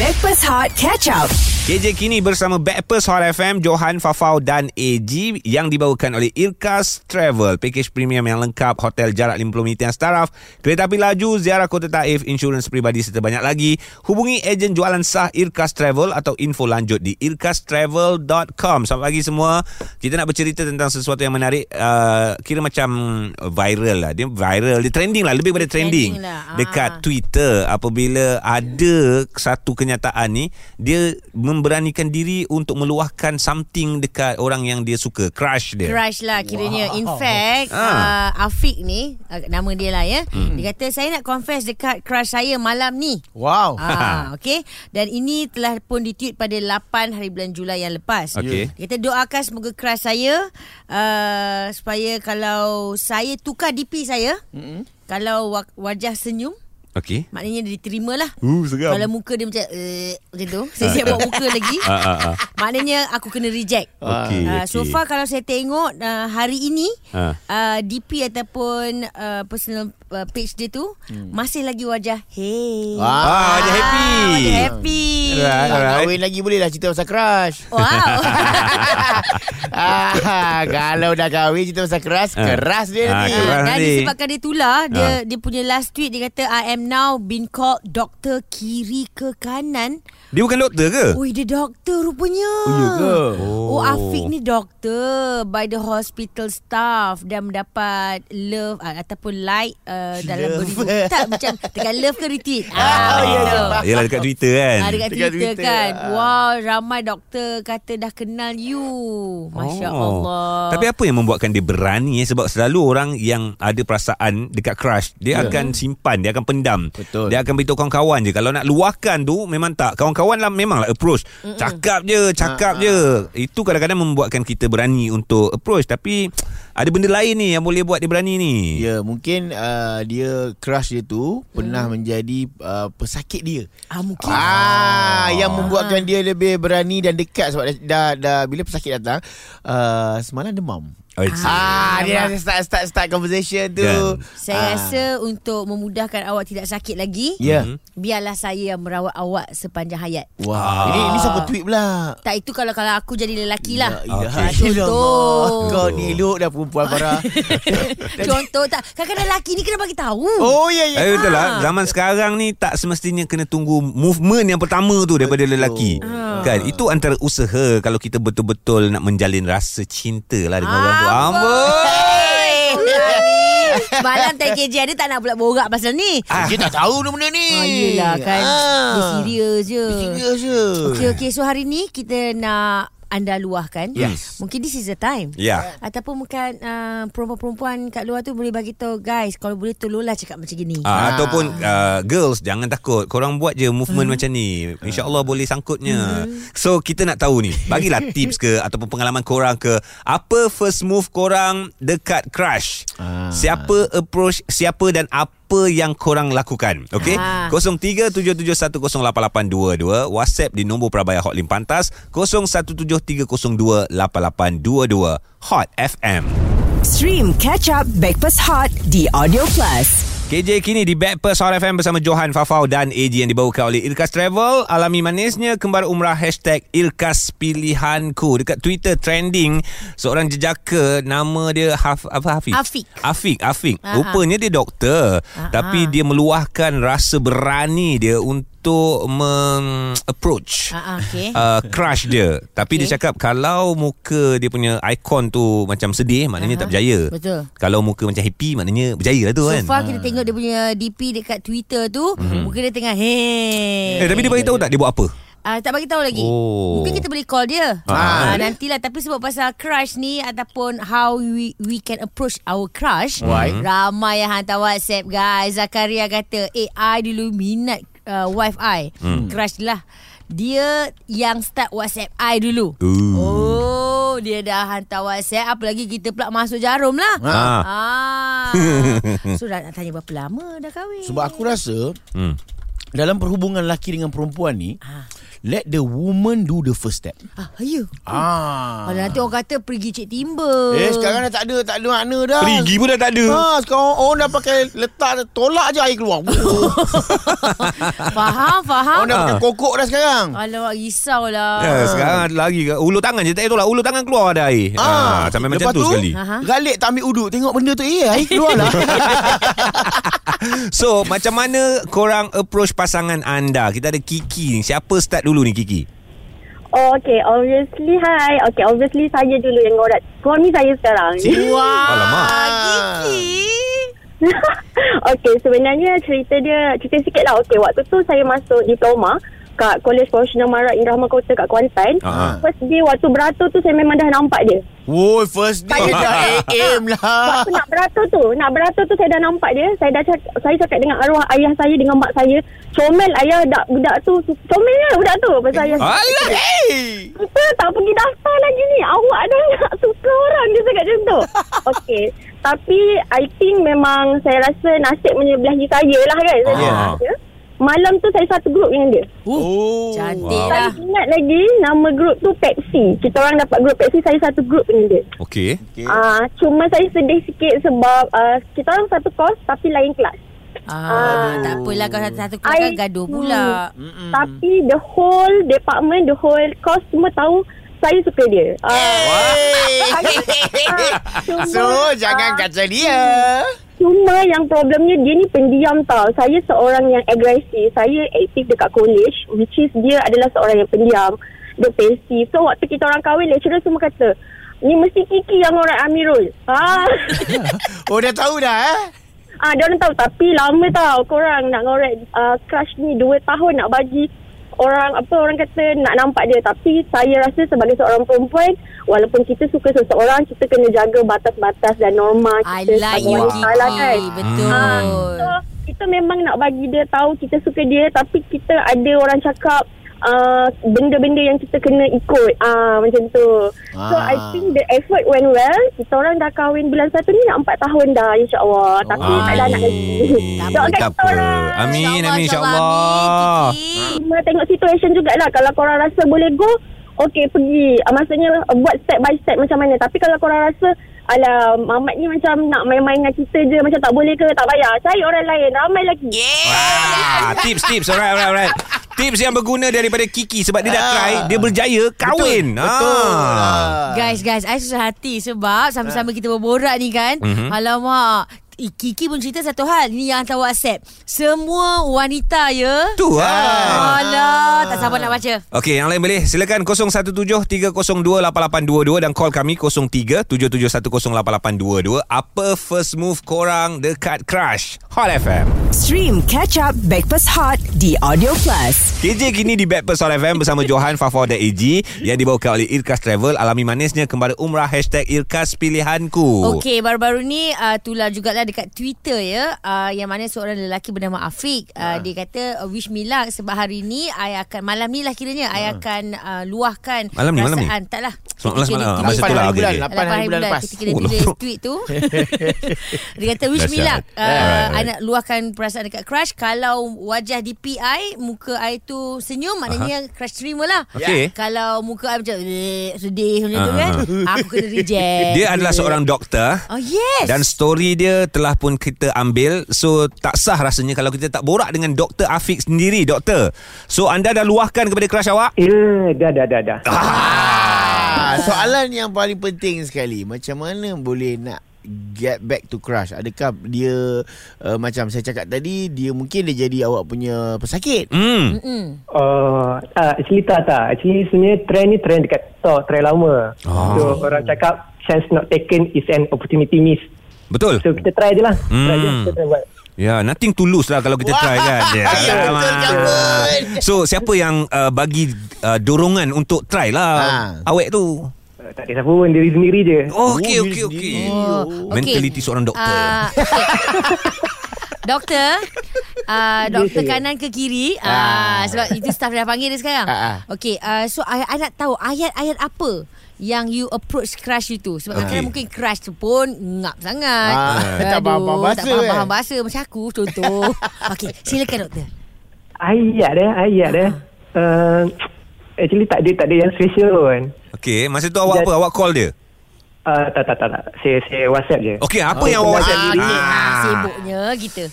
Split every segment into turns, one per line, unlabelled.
Breakfast Hot Catch Up.
KJ kini bersama Backpers Hot FM Johan, Fafau dan AG Yang dibawakan oleh Irkas Travel Pakej premium yang lengkap Hotel jarak 50 minit yang staraf Kereta api laju Ziarah kota Taif Insurans peribadi serta banyak lagi Hubungi ejen jualan sah Irkas Travel Atau info lanjut di irkastravel.com Selamat pagi semua Kita nak bercerita tentang sesuatu yang menarik uh, Kira macam viral lah Dia viral Dia trending lah Lebih pada trending,
Trending lah. Ah.
Dekat Twitter apabila ada satu kenyataan ni dia memberanikan diri untuk meluahkan something dekat orang yang dia suka crush dia
Crush lah kiranya wow. In fact
Ah.
uh, Afiq ni uh, Nama dia lah ya hmm. Dia kata saya nak confess dekat crush saya malam ni
Wow.
Oh.
Ah, okay. Dan ini telah pun ditweet pada 8 hari bulan Julai yang lepas.
Okey.
Dia kata doakan semoga crush saya uh, supaya kalau saya tukar DP saya, mm-hmm. kalau wa- wajah senyum,
okey
maknanya dia diterima lah.
Uh, seram.
Kalau muka dia macam uh, macam tu, saya siap buat muka lagi.
ah, ah.
Maknanya aku kena reject.
okey
Uh,
uh,
so far kalau saya tengok uh, hari ini
Ah.
uh. Uh, DP ataupun uh, personal uh, page dia tu hmm. masih lagi wajah hey.
Wah.
ah dia happy
Wajah happy.
Alright,
Tak
Ah, alright.
kahwin lagi boleh lah cerita pasal crush.
Wow.
ah, kalau dah kahwin cerita pasal crush,
Ah.
keras dia
Ah,
nanti.
keras.
Uh, dan
Hari.
disebabkan dia tular
Ah.
dia dia punya last tweet dia kata I am now been called doktor kiri ke kanan.
Dia bukan doktor ke?
Oi dia doktor rupanya. Oh
ya ke?
Oh, oh Afiq ni doktor by the hospital staff dan mendapat love uh, ataupun like uh, dalam
Love.
beribu tak macam dekat love ke retweet.
Ah, ya,
gitu.
ya,
Ah, Yelah dekat Twitter kan.
Ah, dekat,
Dekat
Twitter,
Twitter,
kan.
ah.
Wow, ramai doktor kata dah kenal you.
Oh.
Masya Allah.
Oh. Tapi apa yang membuatkan dia berani eh? Sebab selalu orang yang ada perasaan dekat crush, dia yeah. akan simpan, dia akan pendam.
Ya. Betul.
Dia akan beritahu kawan-kawan je. Kalau nak luahkan tu memang tak. Kawan-kawan lah memang lah approach. Mm-mm. Cakap je, cakap
Ha,
je. Itu kadang-kadang membuatkan kita berani untuk approach. Tapi ada benda lain ni yang boleh buat dia berani ni.
Ya, mungkin uh, dia crush dia tu pernah menjadi uh, pesakit dia.
ah, mungkin
Ah, yang membuatkan dia lebih berani dan dekat sebab dah dah, dah bila pesakit datang, uh, semalam demam.
Oh, it's-
Ah, dia dah start start start conversation tu.
Kan.
Ah,
saya rasa untuk memudahkan awak tidak sakit lagi,
Ya.
biarlah saya yang merawat awak sepanjang hayat.
Wah. Ini ini siapa tweet pula?
Tak itu kalau kalau aku jadi lelaki lah.
Ya,
Okey.
okay.
Contoh.
Kau ni elok dah perempuan Farah.
Contoh tak Kadang-kadang lelaki ni Kena bagi tahu
oh ya ya.
Eh, betul lah Zaman sekarang ni Tak semestinya kena tunggu Movement yang pertama tu Daripada
Betul.
lelaki Kan Itu antara usaha Kalau kita betul-betul Nak menjalin rasa cinta lah Dengan orang tu Amboi
Malam TKJ ada tak nak pula borak pasal ni
Ah,
Dia tak tahu benda ni.
Ah, yelah kan
Ah.
Dia serius je
Dia serius je.
Okay okay So hari ni kita nak anda luahkan
Yes.
Mungkin this is the time
Ya
Ataupun bukan uh, Perempuan-perempuan kat luar tu Boleh bagi tahu Guys Kalau boleh tolonglah cakap macam gini
Ah, ataupun uh, girls jangan takut korang buat je movement macam ni insyaallah boleh sangkutnya so kita nak tahu ni bagilah tips ke ataupun pengalaman korang ke apa first move korang dekat crush
Ah.
siapa approach siapa dan apa yang korang lakukan okey
Ah.
0377108822 WhatsApp di nombor Prabaya Hotlink Pantas 0173028822 Hot FM
Stream Catch Up Breakfast Hot di Audio Plus.
KJ kini di Backpers Hot FM bersama Johan, Fafau dan AG yang dibawakan oleh Irkas Travel. Alami manisnya kembar umrah hashtag Irkas Pilihanku. Dekat Twitter trending seorang jejaka nama dia Haf, apa Hafiz?
Afiq.
Afiq, Afiq.
Ah, ah.
Rupanya dia doktor.
Ah, ah.
Tapi dia meluahkan rasa berani dia untuk meng-approach
Ah, ah, okey.
uh, crush dia. Tapi dia
Okey.
cakap kalau muka dia punya ikon tu macam sedih, maknanya
Ah,
tak berjaya.
betul.
Kalau muka macam happy, maknanya berjaya lah tu
So
kan.
far kita tengok dia punya DP dekat Twitter tu mm-hmm. Mungkin dia tengah
Eh,
Hey
tapi dia bagi tahu tak dia buat apa?
Ah, tak bagi tahu lagi.
Oh.
Mungkin kita boleh call dia.
Ah.
eh.
Ah, nantilah tapi sebab pasal crush ni ataupun how we we can approach our crush. Hmm.
Why?
Ramai yang hantar WhatsApp guys. Zakaria kata, "Eh, I dulu minat uh, wife I.
Hmm.
Crush lah. Dia yang start WhatsApp I dulu."
Ooh.
Oh, dia dah hantar WhatsApp apalagi kita pula masuk jarum lah.
Ha.
Ah.
Ah. so dah nak tanya berapa lama dah kahwin?
Sebab aku rasa
Hmm.
dalam perhubungan lelaki dengan perempuan ni,
Ah.
let the woman do the first step.
Ah, you.
Ah.
Kalau nanti orang kata pergi cik timba.
Eh sekarang dah tak ada tak ada makna dah.
Perigi pun dah tak ada.
Ha sekarang orang dah pakai letak tolak je air keluar.
Faham, faham.
orang dah
Ah.
pakai kokok dah sekarang.
Alamak, risaulah.
Ya, sekarang lagi ke- ulu tangan je tak payah tolak. Ulu tangan keluar ada air. Ah,
Ah,
sampai macam
lepas
tu, sekali.
Aha.
Galik tak ambil uduk Tengok benda tu Eh air keluar lah
So, macam mana korang approach pasangan anda? Kita ada Kiki ni. Siapa start dulu ni Kiki?
Oh, okay. Obviously, hi. Okay, obviously saya dulu yang ngorat. Suami saya sekarang.
Wah,
Alamak.
Kiki.
okay, sebenarnya cerita dia, cerita sikit lah. Okay, waktu tu saya masuk diploma kat College Profesional Marat Indrahma Kota kat Kuantan.
Ah.
First day waktu beratur tu saya memang dah nampak dia.
Woi first Ah. day dah aim lah
Waktu nak beratur tu, nak beratur tu saya dah nampak dia. Saya dah cak, saya cakap dengan arwah ayah saya dengan mak saya, comel ayah dak budak tu, comel lah budak tu. Pasal
Ah.
ayah
Alah.
Hey
kita tak pergi daftar lagi ni. Awak dah nak suka orang dia cakap macam tu. Okey. Tapi I think memang saya rasa nasib menyebelahi saya lah kan. Saya
Ah.
cakap dia. Malam tu saya satu grup dengan dia.
Oh
Uh, Cantik
Saya
lah.
ingat lagi nama grup tu Pepsi. Kita orang dapat grup Pepsi, saya satu grup dengan dia.
Okey.
Okay.
Ah, cuma saya sedih sikit sebab ah, kita orang satu kos tapi lain kelas.
Ah, tak apalah kalau satu-satu kelas kan
I-
gaduh pula.
Mm. Tapi the whole department, the whole kos semua tahu saya suka dia. Ah, cuma,
So jangan
ah,
kacau dia
Cuma yang problemnya dia ni pendiam tau. Saya seorang yang agresif. Saya aktif dekat college which is dia adalah seorang yang pendiam. Dia pasif. So waktu kita orang kahwin lecturer semua kata Ni mesti Kiki yang orang Amirul. Ah,
Oh dah tahu dah eh
ah dia orang tahu tapi lama tau korang nak ngorek uh, crush ni 2 tahun nak bagi orang apa orang kata nak nampak dia tapi saya rasa sebagai seorang perempuan walaupun kita suka seseorang kita kena jaga batas-batas dan norma
I
kita
like
sebagai
you,
wanita lah kan.
Kiki. Betul.
Hmm.
So, kita memang nak bagi dia tahu kita suka dia tapi kita ada orang cakap uh, benda-benda yang kita kena ikut uh, macam tu. So
Ah.
I think the effort went well. Kita orang dah kahwin bulan satu ni nak 4 tahun dah insya-Allah. Tapi tak ada anak lagi.
Ah, eh,
Doakan
Tak
kita
apa.
orang.
Amin, amin,
Amin,
insyaAllah.
Kiki.
Cuma tengok situation jugalah kalau korang rasa boleh go Okay pergi uh, Maksudnya uh, buat step by step macam mana Tapi kalau korang rasa Alah mamat ni macam nak main-main dengan kita je Macam tak boleh ke tak payah Cari orang lain ramai lagi yeah.
Wah, Ah, tips, tips. Alright, alright, alright. Tips yang berguna daripada Kiki sebab dia dah try, dia berjaya kahwin. Ah.
Betul lah.
Guys, guys, I susah hati sebab sama-sama kita berborak ni kan.
Mhm.
Alamak. I- Kiki pun cerita satu hal Ni yang hantar whatsapp Semua wanita ya
Tu lah.
Alah Tak sabar nak baca
Okey, yang lain boleh. Silakan 0173028822 dan call kami 0377108822. Apa first move korang dekat Crush Hot FM?
Stream Catch Up Backpass Hot di Audio Plus.
KJ kini di Backpast All FM bersama Johan, Fafa dan AG yang dibawakan oleh Irkas Travel. Alami manisnya kembali umrah hashtag Irkas Pilihanku.
Okey, baru-baru ni uh, tular jugalah dekat Twitter ya, uh, yang mana seorang lelaki bernama Afiq, uh,
Ah.
dia kata wish me luck sebab hari ni I akan malam ni lah kiranya I akan uh, luahkan
Ah. Malam ni, malam ni?
perasaan. Taklah.
Semalam malam, malam.
Masa tu lah, okey, okey.
Lapan hari bulan lepas Ketika dia
Oh,
tulis
lorok.
tweet tu Dia kata wish me
Dahsyat.
luck uh,
Alright, alright.
Anak luahkan perasaan dekat crush Kalau wajah di PI Muka I tu senyum Maknanya crush terima lah
Okey. Ah,
Kalau muka I macam "Eh, Sedih macam tu kan Aku kena reject
Dia adalah seorang doktor.
Oh yes
Dan story dia telah pun kita ambil So tak sah rasanya kalau kita tak borak dengan Dr. Afiq sendiri Doktor So anda dah luahkan kepada crush awak?
Ya, dah dah dah dah.
Ah, soalan yang paling penting sekali Macam mana boleh nak get back to crush Adakah dia uh, Macam saya cakap tadi Dia mungkin dia jadi awak punya pesakit
Hmm
Oh, tak, actually tak tak. Actually sebenarnya trend ni trend dekat TikTok, trend lama.
Ah.
So orang cakap chance not taken is an opportunity miss.
Betul
So kita try je lah. Try je,
Hmm.
kita try buat.
Ya yeah, nothing to lose lah kalau kita try kan Ya,
Ya, betul,
alamak.
Kabul.
So siapa yang uh, bagi uh, dorongan untuk try lah
Ha.
Awek tu
Uh, tak ada siapa pun, diri sendiri je.
Okey
Oh,
okey
dia
okey
sendiri.
Oh,
Mentaliti seorang doktor
Ah, okay. doktor, uh, doktor kanan ke kiri. Uh,
Ah.
sebab itu staff dah panggil dia sekarang.
Ah,
Okey, uh, so I, I nak tahu ayat-ayat apa yang you approach crush you tu. Sebab kadang-kadang mungkin crush tu pun ngap sangat.
Ah, tak faham-faham bahasa
Tak faham-faham
eh.
bahasa macam aku contoh. Okey, silakan doktor.
Ayat dia, ayat dia. Uh, actually tak ada tak ada yang special pun.
Okey, masa tu awak
Dan-
apa? Awak call dia.
Uh, tak, tak, tak, tak. Saya, saya WhatsApp je.
Okey, apa yang
Oh,
awak WhatsApp?
Ah, okay. ah.
Ah.
Sibuknya kita.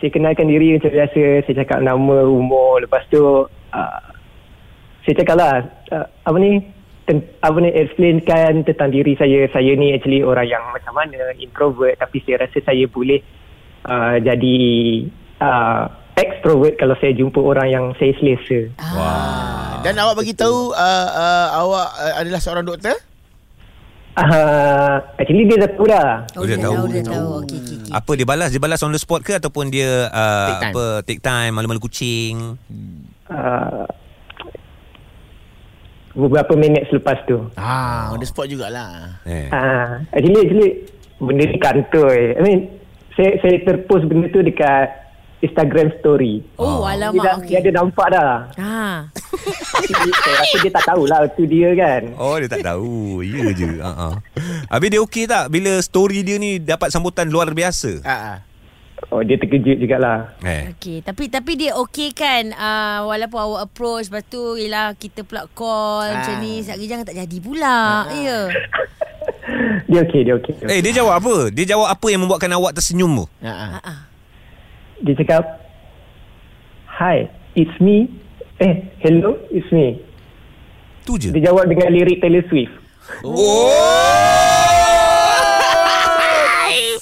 Saya kenalkan diri macam biasa. Saya cakap nama, umur. Lepas tu, uh, saya cakap lah, uh, apa ni, ten, apa ni, explainkan tentang diri saya. Saya ni actually orang yang macam mana, introvert. Tapi saya rasa saya boleh uh, jadi uh, extrovert kalau saya jumpa orang yang saya selesa.
Dan awak bagi tahu uh, uh, awak uh, adalah seorang doktor?
Uh, actually dia dah tahu dah.
Oh, dia tahu.
Dia tahu. Okey, okey, okey.
Apa dia balas? Dia balas on the spot ke ataupun dia uh,
Take time.
apa take time, malu-malu kucing?
Uh, beberapa minit selepas tu.
Ah, on the spot jugalah.
Eh.
Ah, actually actually benda ni kantoi. I mean saya saya terpost benda tu dekat Instagram story.
Oh,
Ah.
dia, dah,
alamak.
dia
Okey.
ada nampak dah.
Ha.
Tapi saya rasa dia tak tahulah tu dia kan.
Oh dia tak tahu Ya je uh-huh. Habis dia okey tak Bila story dia ni Dapat sambutan luar biasa
Ah, ah.
Oh dia terkejut jugalah.
Eh
Okey, tapi tapi dia okey kan uh, walaupun awak approach lepas tu ialah kita pula call
Ah.
macam ni sekejap lagi jangan tak jadi pula.
Ah.
Ya.
Dia okey, dia okey.
Eh dia jawab apa Dia jawab apa yang membuatkan awak tersenyum tu
Ah, ah.
Ha ah.
Dia cakap Hi, it's me. Eh, hello, it's me.
Tu je
Dia jawab dengan lirik Taylor Swift.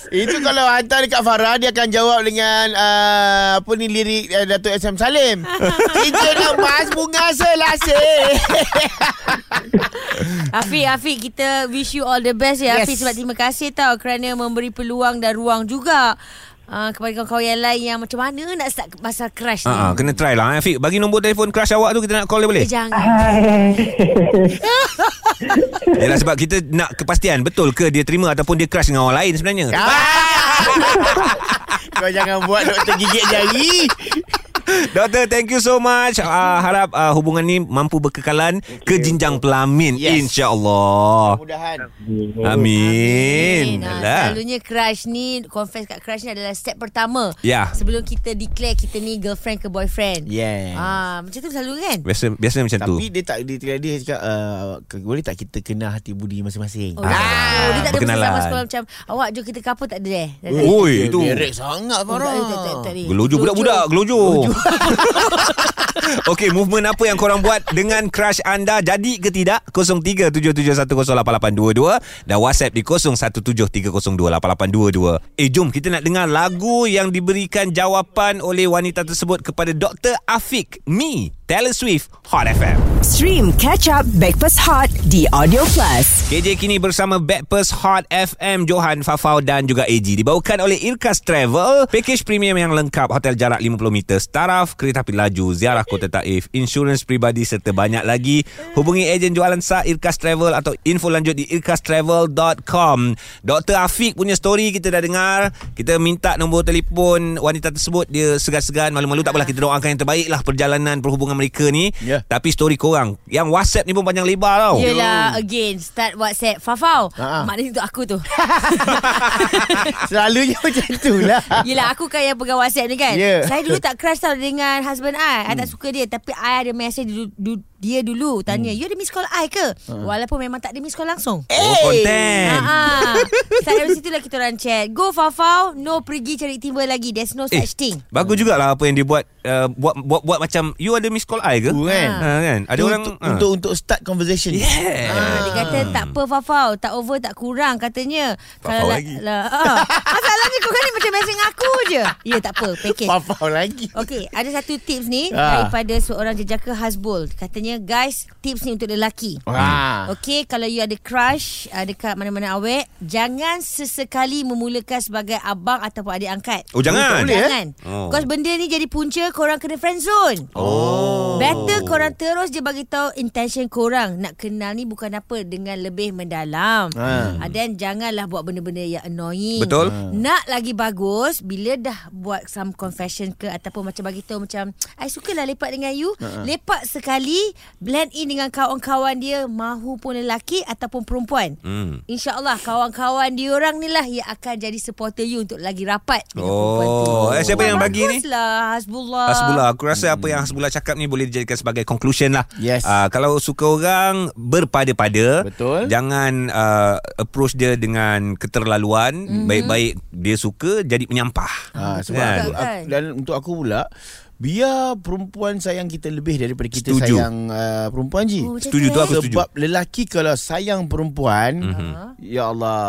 Itu kalau hantar dekat Farah Dia akan jawab dengan uh, Apa ni lirik uh, Datuk SM Salim Kita nak bahas bunga selasih
Afiq, Afiq kita wish you all the best ya yes. Afiq sebab terima kasih tau kerana memberi peluang dan ruang juga uh, kepada kawan-kawan yang lain yang macam mana nak start pasal crush
Ah, ah,
ni.
kena try lah eh, Fik. Bagi nombor telefon crush awak tu kita nak call dia boleh.
Eh, Jangan.
Hi.
Yalah sebab kita nak kepastian betul ke dia terima ataupun dia crush dengan orang lain sebenarnya.
Ya. Ah. Kau jangan buat doktor gigit jari
Doktor, thank you so much. Uh, harap uh, hubungan ni mampu berkekalan ke jenjang pelamin
Yes.
insya-Allah.
Mudahan
Amin.
Ah,
Alah.
Selalunya crush ni Confess kat crush ni adalah step pertama
Ya.
Sebelum kita declare kita ni girlfriend ke boyfriend
Yes
Ah, Macam tu selalu kan
Biasa biasa macam tu.
Tapi dia tak Dia, dia, dia cakap uh, ke- Boleh tak kita kenal hati budi masing-masing
Oh, dia tak ada. dia tak ada
Ah, berkenalan. Oh,
bersama sekolah macam awak jom kita couple tak ada eh. Tak ada.
Oi, itu.
Direct sangat
Oh, tak
Farah
ada, tak ada, tak ada.
Gelojo budak-budak, gelojo. Okey, movement apa yang korang buat dengan crush anda jadi ke tidak? 0377108822 dan WhatsApp di 0173028822. Eh, jom kita nak dengar lagu yang diberikan jawapan oleh wanita tersebut kepada Dr. Afiq Me, Taylor Swift, Hot FM.
Stream Catch Up Backpass Hot di Audio Plus.
KJ kini bersama Backpers Hot FM Johan Fafau dan juga AG dibawakan oleh Irkas Travel pakej premium yang lengkap hotel jarak 50 meter staraf kereta api laju ziarah kota Taif insurans peribadi serta banyak lagi hubungi ejen jualan sah Irkas Travel atau info lanjut di irkastravel.com Dr. Afiq punya story kita dah dengar kita minta nombor telefon wanita tersebut dia segan-segan malu-malu tak apalah kita doakan yang terbaik lah perjalanan perhubungan mereka ni
Ya.
tapi story korang yang WhatsApp ni pun panjang lebar tau
Ya, Yelah again Start WhatsApp Fafau
Ah,
Ha, ha.
Maknanya untuk aku tu
Selalunya macam tu lah
Yelah aku kan yang pegang WhatsApp ni kan
Ya.
Saya dulu tak crush tau Dengan husband I I
Hmm.
tak suka dia Tapi I ada message du- du- Dia dulu Tanya
Hmm.
You ada miss call I ke
Ah.
Walaupun memang tak ada miss call langsung
Oh,
Ha,
konten.
Ah, ah. Start dari situ lah kita orang chat Go Fafau No pergi cari timba lagi There's no
Eh.
such thing
Bagus jugalah apa yang dia buat uh, buat, buat buat macam You ada miss call I ke?
Tu kan?
ha, kan? Ada
Tu
orang
untuk,
ha.
untuk untuk start conversation.
Yeah.
Ah, dia kata tak apa Fafau Tak over tak kurang katanya
Fafau
la-
lagi.
la, ah. Masalahnya kau kan ni macam message dengan aku je Ya tak apa Package
Fafau lagi.
Okey, ada satu tips ni
Ah.
daripada seorang jejaka Hasbul. Katanya, guys, tips ni untuk lelaki.
Wah.
Okey, kalau you ada crush uh, dekat mana-mana awet, jangan sesekali memulakan sebagai abang ataupun adik angkat.
Oh, jangan?
Boleh, eh?
Jangan.
Oh.
Because benda ni jadi punca korang kena friend zone. Oh. Better korang terus je bagi tahu intention korang nak kenal ni bukan apa dengan lebih mendalam.
Ah.
Ah, then janganlah buat benda-benda yang annoying.
Ha.
Ha.
Betul.
Nak lagi bagus bila dah buat some confession ke ataupun macam bagi tahu macam I sukalah lepak dengan you.
Ha.
Lepak sekali blend in dengan kawan-kawan dia mahu pun lelaki ataupun perempuan.
Hmm.
InsyaAllah kawan-kawan diorang ni lah yang akan jadi supporter you untuk lagi rapat dengan
Oh,
perempuan tu.
eh, siapa yang bagi ni?
Baguslah Hasbullah.
Ah, Hasbullah Aku rasa apa yang Hasbullah cakap ni Boleh boleh dijadikan sebagai conclusion lah.
Yes.
Uh, kalau suka orang berpada-pada,
Betul.
Jangan uh, approach dia dengan keterlaluan.
Mhm.
Mm-hmm. Baik-baik dia suka jadi menyampah.
Ha, sebab
Kan?
aku,
Kan?
aku, dan untuk aku pula biar perempuan sayang kita lebih daripada kita
Setuju.
sayang uh, perempuan je.
Oh, macam
Setuju tu
eh.
aku setuju. Mhm.
Sebab lelaki kalau sayang perempuan,
Uh-huh.
ya Allah,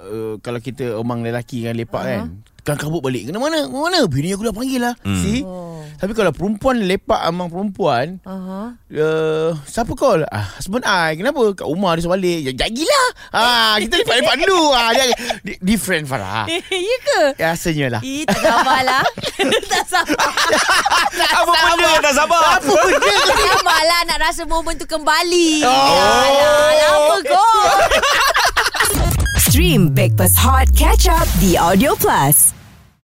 uh, kalau kita omang lelaki dengan lepak kan,
Uh-huh.
kan kabut balik. Kena mana? Kena mana? Bini aku dah panggil lah.
Hmm.
See?
Oh.
Tapi kalau perempuan lepak amang perempuan,
Aha.
Uh, siapa call? Ah, husband I. Kenapa? Kat rumah dia suruh balik. Ya, Jagilah. Ah, kita lepak-lepak dulu. Ah, jangan. Di- different Farah.
ya ke?
Rasanya lah.
Eh, tak sabar lah. tak sabar.
Apa benda tak sabar? Apa
Tak sabar lah nak rasa momen tu kembali.
Oh.
Alah, lama kot.
Stream Breakfast Hot Catch Up The Audio Plus.